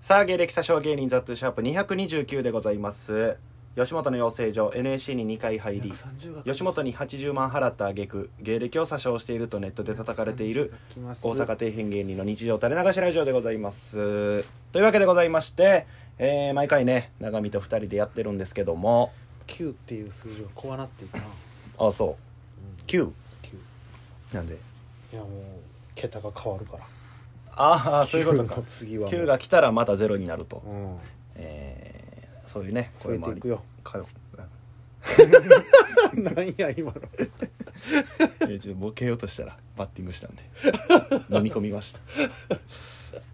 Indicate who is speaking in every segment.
Speaker 1: さあ芸歴詐称芸人ザットゥシャープ229でございます吉本の養成所 NAC に2回入り吉本に80万払った挙句芸歴を詐称しているとネットで叩かれている
Speaker 2: 大
Speaker 1: 大阪底辺芸人の日常垂れ流しラジオでございますというわけでございまして、えー毎回ね長見と2人でやってるんですけども
Speaker 2: 9っていう数字が怖なっていくな、うん、
Speaker 1: あそう9
Speaker 2: 9
Speaker 1: なんで
Speaker 2: いやもう桁が変わるから
Speaker 1: ああそういうこと
Speaker 2: 9
Speaker 1: か
Speaker 2: の次はもう
Speaker 1: 9が来たらまたゼロになると、
Speaker 2: うん
Speaker 1: えーそういうね
Speaker 2: 増えていくよ
Speaker 1: 声もあり
Speaker 2: なんや今の
Speaker 1: かよいやちょっとボケようとしたらバッティングしたん で飲み込みました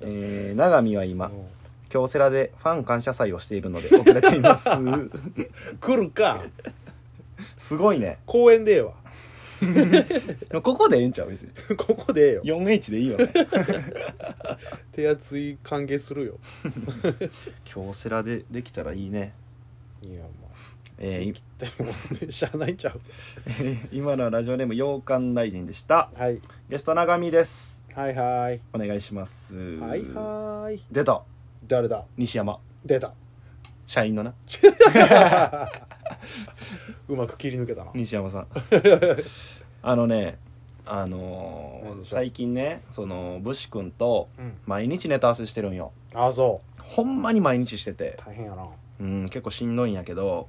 Speaker 1: えー、永見は今
Speaker 2: う
Speaker 1: 京セラでファン感謝祭をしているので遅れています
Speaker 2: ん来るか
Speaker 1: すごいね
Speaker 2: 公園でええわ
Speaker 1: でもここでええんちゃう別に
Speaker 2: ここでええよ
Speaker 1: 4H でいいよね
Speaker 2: 手厚い歓迎するよ
Speaker 1: 京セラでできたらいいね
Speaker 2: いやま
Speaker 1: えーい
Speaker 2: あでもしゃあないんちゃう
Speaker 1: 今のはラジオネーム洋館大臣でした
Speaker 2: はい
Speaker 1: ゲスト永見です
Speaker 2: はいはい
Speaker 1: お願いします
Speaker 2: はいはい
Speaker 1: 出た
Speaker 2: 誰だ
Speaker 1: 西山
Speaker 2: 出た
Speaker 1: 社員のな
Speaker 2: うまく切り抜けたな
Speaker 1: 西山さ んあのねあの
Speaker 2: 何
Speaker 1: ー
Speaker 2: でしょう
Speaker 1: 最近ねその武士君と
Speaker 2: うん
Speaker 1: 毎日ネタ合わせしてるんよ
Speaker 2: あそ
Speaker 1: ほんまに毎日してて
Speaker 2: う大変やな、うん
Speaker 1: うん結構しんどいんやけど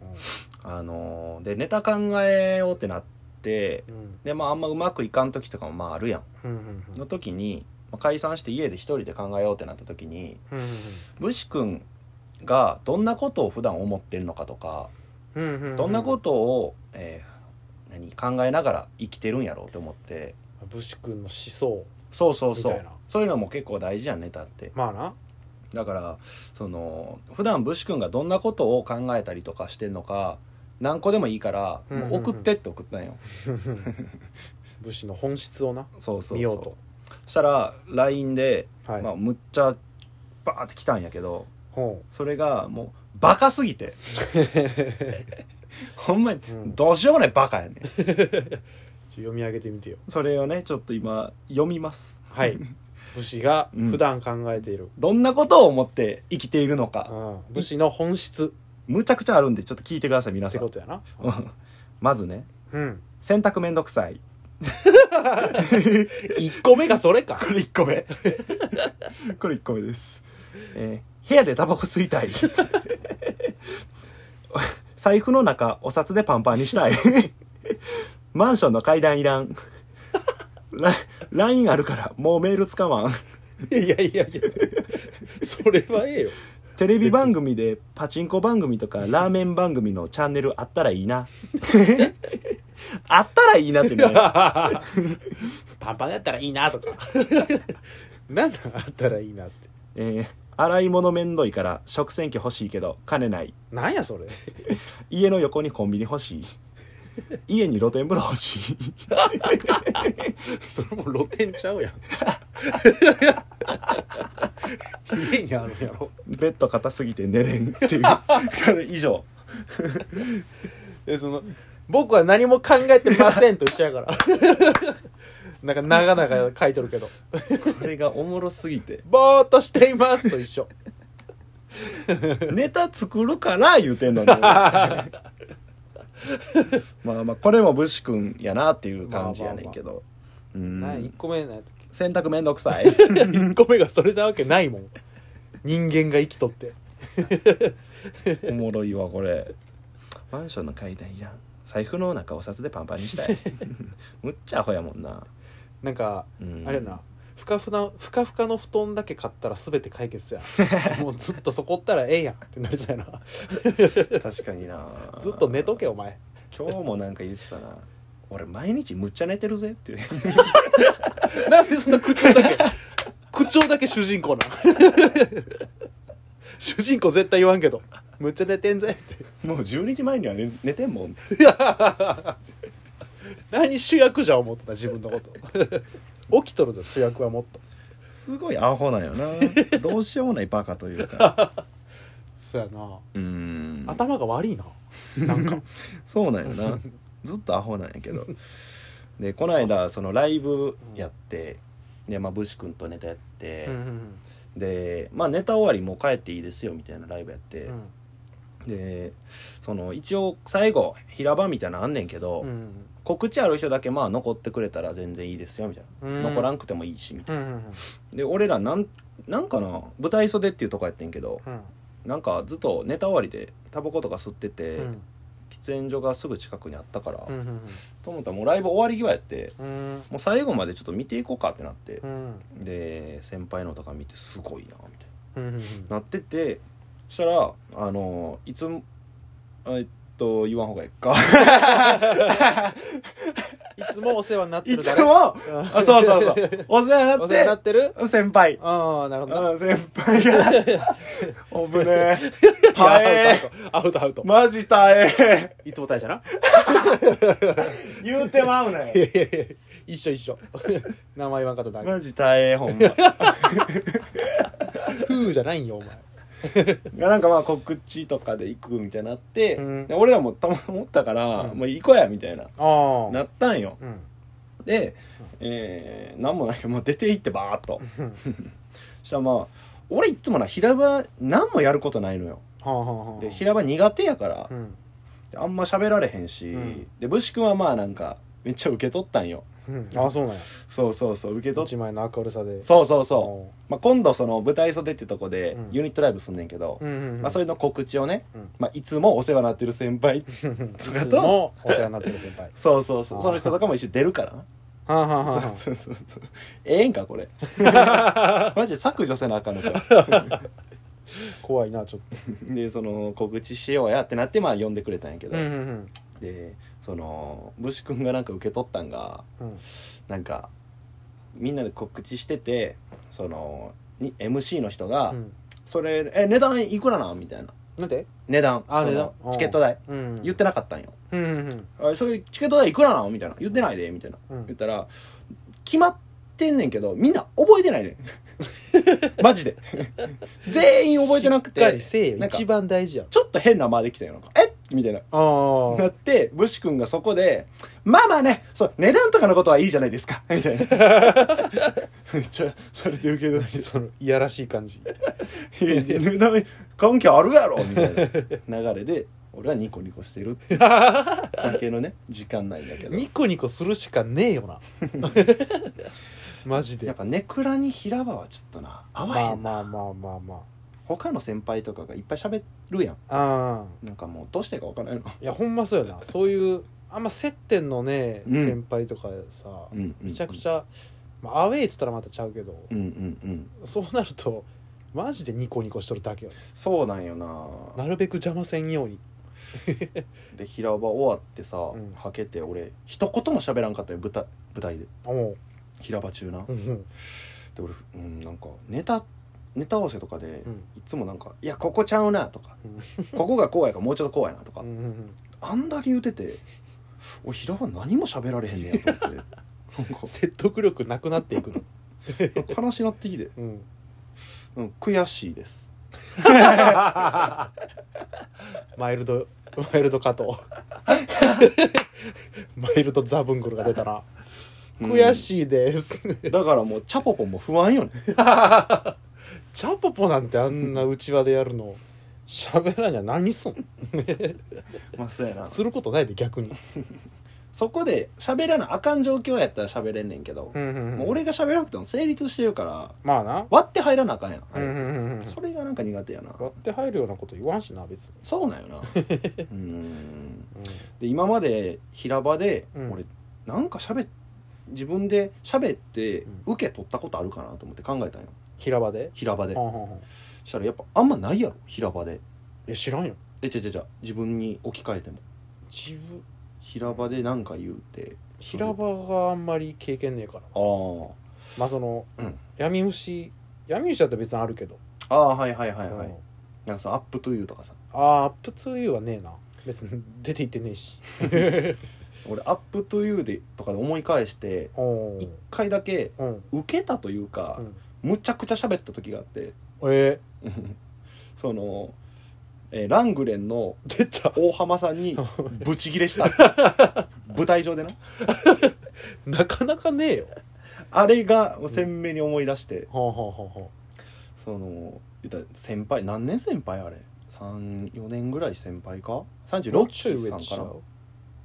Speaker 1: あのーでネタ考えようってなって
Speaker 2: うん
Speaker 1: でまああんまうまくいかん時とかもまああるやん
Speaker 2: うんうんうん
Speaker 1: の時に、まあ解散して家で一人で考えようってなった時に
Speaker 2: うん
Speaker 1: 武士君がどんなことを普段思ってるのかとか
Speaker 2: うんうん
Speaker 1: どんなことを、えー何考えながら生きてるんやろうって思って
Speaker 2: 武士君の思想
Speaker 1: そうそうそ
Speaker 2: みたいうな
Speaker 1: そういうのも結構大事やんネタって
Speaker 2: まあ な
Speaker 1: だからその普段武士君がどんなことを考えたりとかしてんのか何個でもいいから、
Speaker 2: うんうんうん
Speaker 1: もう送ってって送ったんよ
Speaker 2: 武士の本質をな
Speaker 1: そうそうそう
Speaker 2: 見ようと
Speaker 1: そしたら LINE で、
Speaker 2: はい、
Speaker 1: まあ、むっちゃバーって来たんやけど
Speaker 2: ほ
Speaker 1: それがもうバカすぎ てほんまに
Speaker 2: うん
Speaker 1: どうしようもないバカやねん
Speaker 2: う読み上げてみてよ
Speaker 1: それをねちょっと今読みます
Speaker 2: はい 武士が
Speaker 1: うん
Speaker 2: 普段考えている、
Speaker 1: どんなことを思って生きているの
Speaker 2: う
Speaker 1: か、
Speaker 2: ん武士の本質
Speaker 1: むちゃくちゃあるんでちょっと聞いてください皆
Speaker 2: って
Speaker 1: さ
Speaker 2: こ
Speaker 1: ん
Speaker 2: とやな
Speaker 1: まずね
Speaker 2: うん
Speaker 1: 洗濯めんどくさい
Speaker 2: 1個目がそれか
Speaker 1: これ1個目これ1個目です、えー部屋でタバコ吸いたい財布の中お札でパンパンにしたいマンションの階段いらんラ LINE あるからもうメール使わん
Speaker 2: いやいやいやそれはええよ
Speaker 1: テレビ番組でパチンコ番組とかラーメン番組のチャンネルあったらいいなあったらいいなってね
Speaker 2: パンパンやったらいいなとか なんなんあったらいいなって
Speaker 1: えー洗い物めんどいから食洗機欲しいけど金ない
Speaker 2: なんやそれ
Speaker 1: 家の横にコンビニ欲しい家に露天風呂欲しい
Speaker 2: それも露天ちゃう やん家にあるやろ
Speaker 1: ベッド硬すぎて寝れんっていう これ以上
Speaker 2: えその僕は何も考えてませんと一緒やから なんか長々書いとるけど
Speaker 1: これがおもろすぎて
Speaker 2: ぼーっとしていますと一緒
Speaker 1: ネタ作るから言うてんの にまあまあこれも武士君やなっていう感じやねんけど、
Speaker 2: な
Speaker 1: うん
Speaker 2: 1個目な
Speaker 1: 洗濯めんどくさい
Speaker 2: 1個目がそれなわけないもん人間が生きとって
Speaker 1: おもろいわこれマンションの階段いらん財布の中お札でパンパンにしたい むっちゃアホやもんな
Speaker 2: なんか、
Speaker 1: うん
Speaker 2: あれやなふかふなふかふかの布団だけ買ったら全て 解決やんもうずっとそこおったらええやんってなりそうやな
Speaker 1: 確かにな
Speaker 2: ずっと寝とけお前
Speaker 1: 今日もなんか言ってたな俺毎日むっちゃ寝てるぜっていう
Speaker 2: なんでそんな口調だけ口調だけ主人 公なの主人公絶対言わんけどむっちゃ寝てんぜって
Speaker 1: もう12時前には寝寝てんもん
Speaker 2: 何主役じゃ思ってた自分のこと起きとるぞ主役はもっと
Speaker 1: すごいアホなんよ などうしようもないバカという か
Speaker 2: そうやな、
Speaker 1: うん
Speaker 2: 頭が悪いななん か
Speaker 1: そうなんよなずっとアホなんやけどでこの間そのライブやって、でまあ、武士君とネタやって、
Speaker 2: うんうん
Speaker 1: でまあネタ終わりもう帰っていいですよみたいなライブやって、
Speaker 2: うん
Speaker 1: でその一応最後平場みたいなのあんねんけど、
Speaker 2: うん
Speaker 1: 告知ある人だけまあ残ってくれたら全然いいですよみたいな、
Speaker 2: うん
Speaker 1: 残らんくてもいいしみたい
Speaker 2: うんうん
Speaker 1: なで俺らなんなんかな舞台袖っていうとこやってんけど
Speaker 2: うん
Speaker 1: なんかずっとネタ終わりでタバコとか吸ってて、
Speaker 2: うん
Speaker 1: 喫煙所がすぐ近くにあったから、
Speaker 2: うんうん
Speaker 1: と思ったらもうライブ終わり際やって
Speaker 2: うん
Speaker 1: もう最後までちょっと見ていこうかってなって
Speaker 2: う、ん
Speaker 1: で先輩のとか見てすごいなみたい
Speaker 2: うん
Speaker 1: ななっててそしたらあのいつもえっと言わん方がいいか
Speaker 2: いつもお世話になって
Speaker 1: い
Speaker 2: るだ
Speaker 1: つ
Speaker 2: ろ
Speaker 1: も
Speaker 2: うん
Speaker 1: あそうそうそう お世話に
Speaker 2: お世話に
Speaker 1: な
Speaker 2: な
Speaker 1: っ
Speaker 2: ってる
Speaker 1: て先輩
Speaker 2: ああなるほどな
Speaker 1: うん先輩 がおぶねえ耐え
Speaker 2: アウトアウトアウトアウト
Speaker 1: マジ耐え
Speaker 2: いつも大社な
Speaker 1: 言うてまうね
Speaker 2: いやいやい や一緒一緒名前言わんかっただけ
Speaker 1: マジ耐えほんま
Speaker 2: フーじゃないんよお前
Speaker 1: が なんかまあ告知とかで行くみたいになって、
Speaker 2: うん
Speaker 1: で俺らもたま思ったから、
Speaker 2: うん
Speaker 1: もう行こうやみたいな、
Speaker 2: あ
Speaker 1: なったんよ
Speaker 2: うん
Speaker 1: で、えー、なんもないもう出て行ってバーっと
Speaker 2: うん
Speaker 1: したらまあ俺いつもな平場何もやることないのよ
Speaker 2: はあはあはあ
Speaker 1: で平場苦手やから
Speaker 2: う、ん
Speaker 1: あんま喋られへんし、
Speaker 2: うん
Speaker 1: で武士君はまあなんかめっちゃ受け取ったんよ
Speaker 2: うんああそうなんや
Speaker 1: そうそうそう受け取っ
Speaker 2: 一枚の明るさで
Speaker 1: そうそうそう、
Speaker 2: そ
Speaker 1: まあ、今度その舞台袖ってとこで
Speaker 2: うん
Speaker 1: ユニットライブすんねんけど、
Speaker 2: うんうんうん
Speaker 1: まあ、それの告知をね、
Speaker 2: うん
Speaker 1: まあ、いつもお世話になってる先輩
Speaker 2: い
Speaker 1: とかと
Speaker 2: つもお世話になってる先 輩
Speaker 1: そうそうそ
Speaker 2: あ
Speaker 1: う
Speaker 2: ー
Speaker 1: その人とかも一緒に出るからな
Speaker 2: はあはあはあはあ
Speaker 1: そうそうそうそうええんかこ れマジで削除せなあかんのか
Speaker 2: 怖いなちょっと
Speaker 1: でその告知しようやってなってまあ呼んでくれたんやけど、
Speaker 2: うん
Speaker 1: でその武士君がなんか受け取ったんが
Speaker 2: うん
Speaker 1: なんかみんなで告知しててそのに MC の人が「
Speaker 2: うん
Speaker 1: それえ値段いくらなん?」みたいな
Speaker 2: なんで
Speaker 1: 値段
Speaker 2: あ
Speaker 1: その
Speaker 2: 値段うん
Speaker 1: チケット代
Speaker 2: うん
Speaker 1: 言ってなかったんよ
Speaker 2: うんう
Speaker 1: 「
Speaker 2: ん
Speaker 1: あそれチケット代いくらなん?」みたいな「言ってないで」みたいな
Speaker 2: うん
Speaker 1: 言ったら決まってんねんけどみんな覚えて ないねんマジで全員覚えてなくて
Speaker 2: しっかりせえよ
Speaker 1: なんか
Speaker 2: 一番大事やん
Speaker 1: ちょっと変な間できたよなんかえっみたいな
Speaker 2: あ あ
Speaker 1: なって武士君がそこで「まあまあねそう値段とかのことはいいじゃないですか」み たいなめっちゃそれで受け取られて
Speaker 2: そのいやらしい感 じ
Speaker 1: いやいや値段関係あるやろ」みたいな流れで俺はニコニコしてるっていうだけのね時間なんだけど
Speaker 2: ニコニコするしかねえよ なマジで
Speaker 1: やっぱネクラに平場はちょっとな合わへん
Speaker 2: ま
Speaker 1: な
Speaker 2: あまあまあまあま
Speaker 1: 他の先輩とかがいっぱい喋るやん
Speaker 2: ああ
Speaker 1: なんかもうどうしてか分からないの
Speaker 2: いやほんまそうよなそういうあんま接点のね、
Speaker 1: うん
Speaker 2: 先輩とかさ、
Speaker 1: うん
Speaker 2: めちゃくちゃ、まあ、アウェイって言ったらまたちゃうけど、
Speaker 1: うんうんうん
Speaker 2: そうなるとマジでニコニコしとるだけよ
Speaker 1: そうなんよな
Speaker 2: なるべく邪魔せんように
Speaker 1: で平場終わってさ、
Speaker 2: ん
Speaker 1: はけて俺一言も喋らんかったよ舞台舞台で
Speaker 2: お
Speaker 1: 平場中な、
Speaker 2: う、うん
Speaker 1: で俺うんなんかネタネタ合わせとかで、
Speaker 2: うん
Speaker 1: いつもなんか「いやここちゃうな」とか「
Speaker 2: う
Speaker 1: ここがこうやからもうちょっとこうやな」とか、
Speaker 2: うんうん
Speaker 1: あんだけ言うてて俺平場何も喋られへんねやと思って
Speaker 2: うん、説得力なくなっていくの、
Speaker 1: なん か悲しなってきて、
Speaker 2: うん、
Speaker 1: うん、悔しいです
Speaker 2: マイルドマイルド加 藤マイルドザブングルが出たな悔しいです、
Speaker 1: だからもうチャポポも不 安よね
Speaker 2: チャポポなんてあんなうちわでやるの喋らにゃ何すん
Speaker 1: まあそうやな
Speaker 2: することないで逆に、
Speaker 1: そこで喋らなあかん状況やったら喋れんねんけど、もう俺が喋らなくても成立してるから
Speaker 2: まあな、
Speaker 1: 割って入らなあかんやん、あれ
Speaker 2: そ
Speaker 1: それがなんか苦手やな
Speaker 2: 割って入るようなこと言わんしな別に、
Speaker 1: そうなんよ なうーんで今まで平場で
Speaker 2: うん
Speaker 1: 俺なんか喋っ自分で喋って
Speaker 2: うん
Speaker 1: 受け取ったことあるかなと思って考えたんよ
Speaker 2: 平場で
Speaker 1: 平場で
Speaker 2: はんはんはん
Speaker 1: したらやっぱあんまないやろ平場で
Speaker 2: え知らんよ
Speaker 1: えちゃちゃちゃ自分に置き換えても
Speaker 2: 自分
Speaker 1: 平場でなんか言うて
Speaker 2: 平場があんまり経験ねえから
Speaker 1: あー
Speaker 2: まあその、
Speaker 1: うん
Speaker 2: 闇虫闇虫だったら別にあるけど、
Speaker 1: あーはいはいはいはい、
Speaker 2: うん
Speaker 1: なんかそのアップトゥーユーとかさ
Speaker 2: あーアップトゥーユーはねえな別に 出ていってねえし
Speaker 1: 俺アップトゥーユーでとかで思い返して
Speaker 2: お
Speaker 1: 一
Speaker 2: ー
Speaker 1: 回だけ
Speaker 2: うん
Speaker 1: 受けたというか、
Speaker 2: うん
Speaker 1: むちゃくちゃ喋った時があって
Speaker 2: え
Speaker 1: その、えーラングレンの
Speaker 2: ー、出 た
Speaker 1: 大浜さんにブチギレした 舞台上でな
Speaker 2: なかなかねえよ
Speaker 1: あれが鮮明に思い出して、
Speaker 2: はあはあはあはあ
Speaker 1: その言ったら先輩何年先輩あれ34年ぐらい先輩か
Speaker 2: も
Speaker 1: 36
Speaker 2: うちょい上
Speaker 1: さ
Speaker 2: で
Speaker 1: ん
Speaker 2: し
Speaker 1: か
Speaker 2: ょ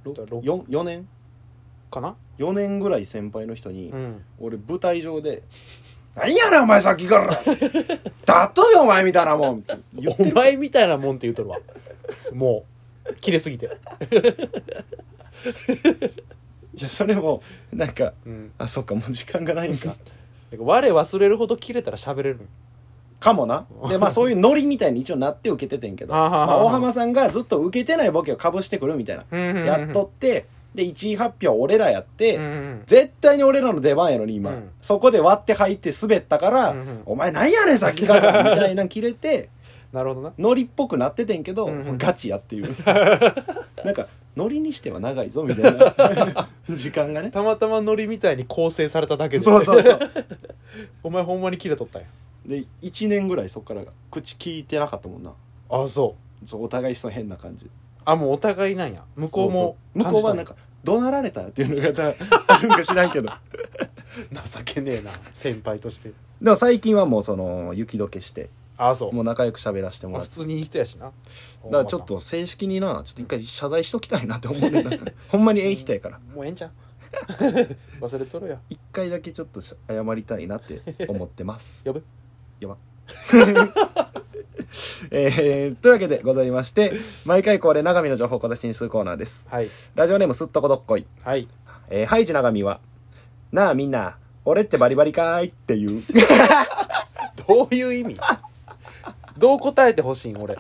Speaker 2: だから
Speaker 1: ら
Speaker 2: ろ
Speaker 1: よ4年
Speaker 2: かな
Speaker 1: 4年ぐらい先輩の人に、
Speaker 2: うん
Speaker 1: 俺舞台上で「何やねんお前さっきから だとよお前みたいなもん」って言って
Speaker 2: お
Speaker 1: る
Speaker 2: 前みたいなもんって言うとるわもう切れすぎて
Speaker 1: いやそれもなんか
Speaker 2: うん
Speaker 1: あそっかもう時間がないんか
Speaker 2: だから我忘れるほど切れたら喋れる
Speaker 1: かもなでまあそういうノリみたいに一応なって受けててんけど
Speaker 2: あははは
Speaker 1: まあ、大浜さんがずっと受けてないボケをかぶしてくるみたいな、やっとってで1位発表俺らやって、
Speaker 2: うんうん
Speaker 1: 絶対に俺らの出番やのに今、
Speaker 2: うん
Speaker 1: そこで割って入って滑ったから「
Speaker 2: うんうん
Speaker 1: お前なんやねんさっきから」みたいなん切れて
Speaker 2: なるほどな
Speaker 1: ノリっぽくなっててんけど、
Speaker 2: うんうん
Speaker 1: ガチやっていう なんかノリにしては長いぞみたいな 時間がね
Speaker 2: たまたまノリみたいに構成されただけで
Speaker 1: そうそうそう
Speaker 2: お前ほんまに切れとったんや
Speaker 1: で1年ぐらいそっから口聞いてなかったもんな
Speaker 2: あそう
Speaker 1: そうお互いその変な感じ
Speaker 2: あもうお互いなんや向こうも
Speaker 1: そうそう向こうはなんか怒鳴られたっていうのがあるんか知らんけど
Speaker 2: 感じたんや 情けねえな先輩として
Speaker 1: でも最近はもうその雪解けして
Speaker 2: あそう
Speaker 1: もう仲良く喋らせても
Speaker 2: まあ
Speaker 1: らっ
Speaker 2: 普
Speaker 1: て
Speaker 2: 通にいい人やしな
Speaker 1: だからちょっと正式になちょっと一回謝罪しときたいなって思うねんなほんまにええ人やから
Speaker 2: もう ええんちゃう忘れとるや
Speaker 1: 一回だけちょっと謝りたいなって思ってます
Speaker 2: やべ
Speaker 1: やばえー、というわけでございまして毎回恒例長見の情報小出しにするコーナーです
Speaker 2: はい
Speaker 1: ラジオネームすっとこどっこい、
Speaker 2: はい
Speaker 1: えー、ハイジ長見はなあみんな俺ってバリバリかーいっていう
Speaker 2: どういう意味どう答えてほしいん俺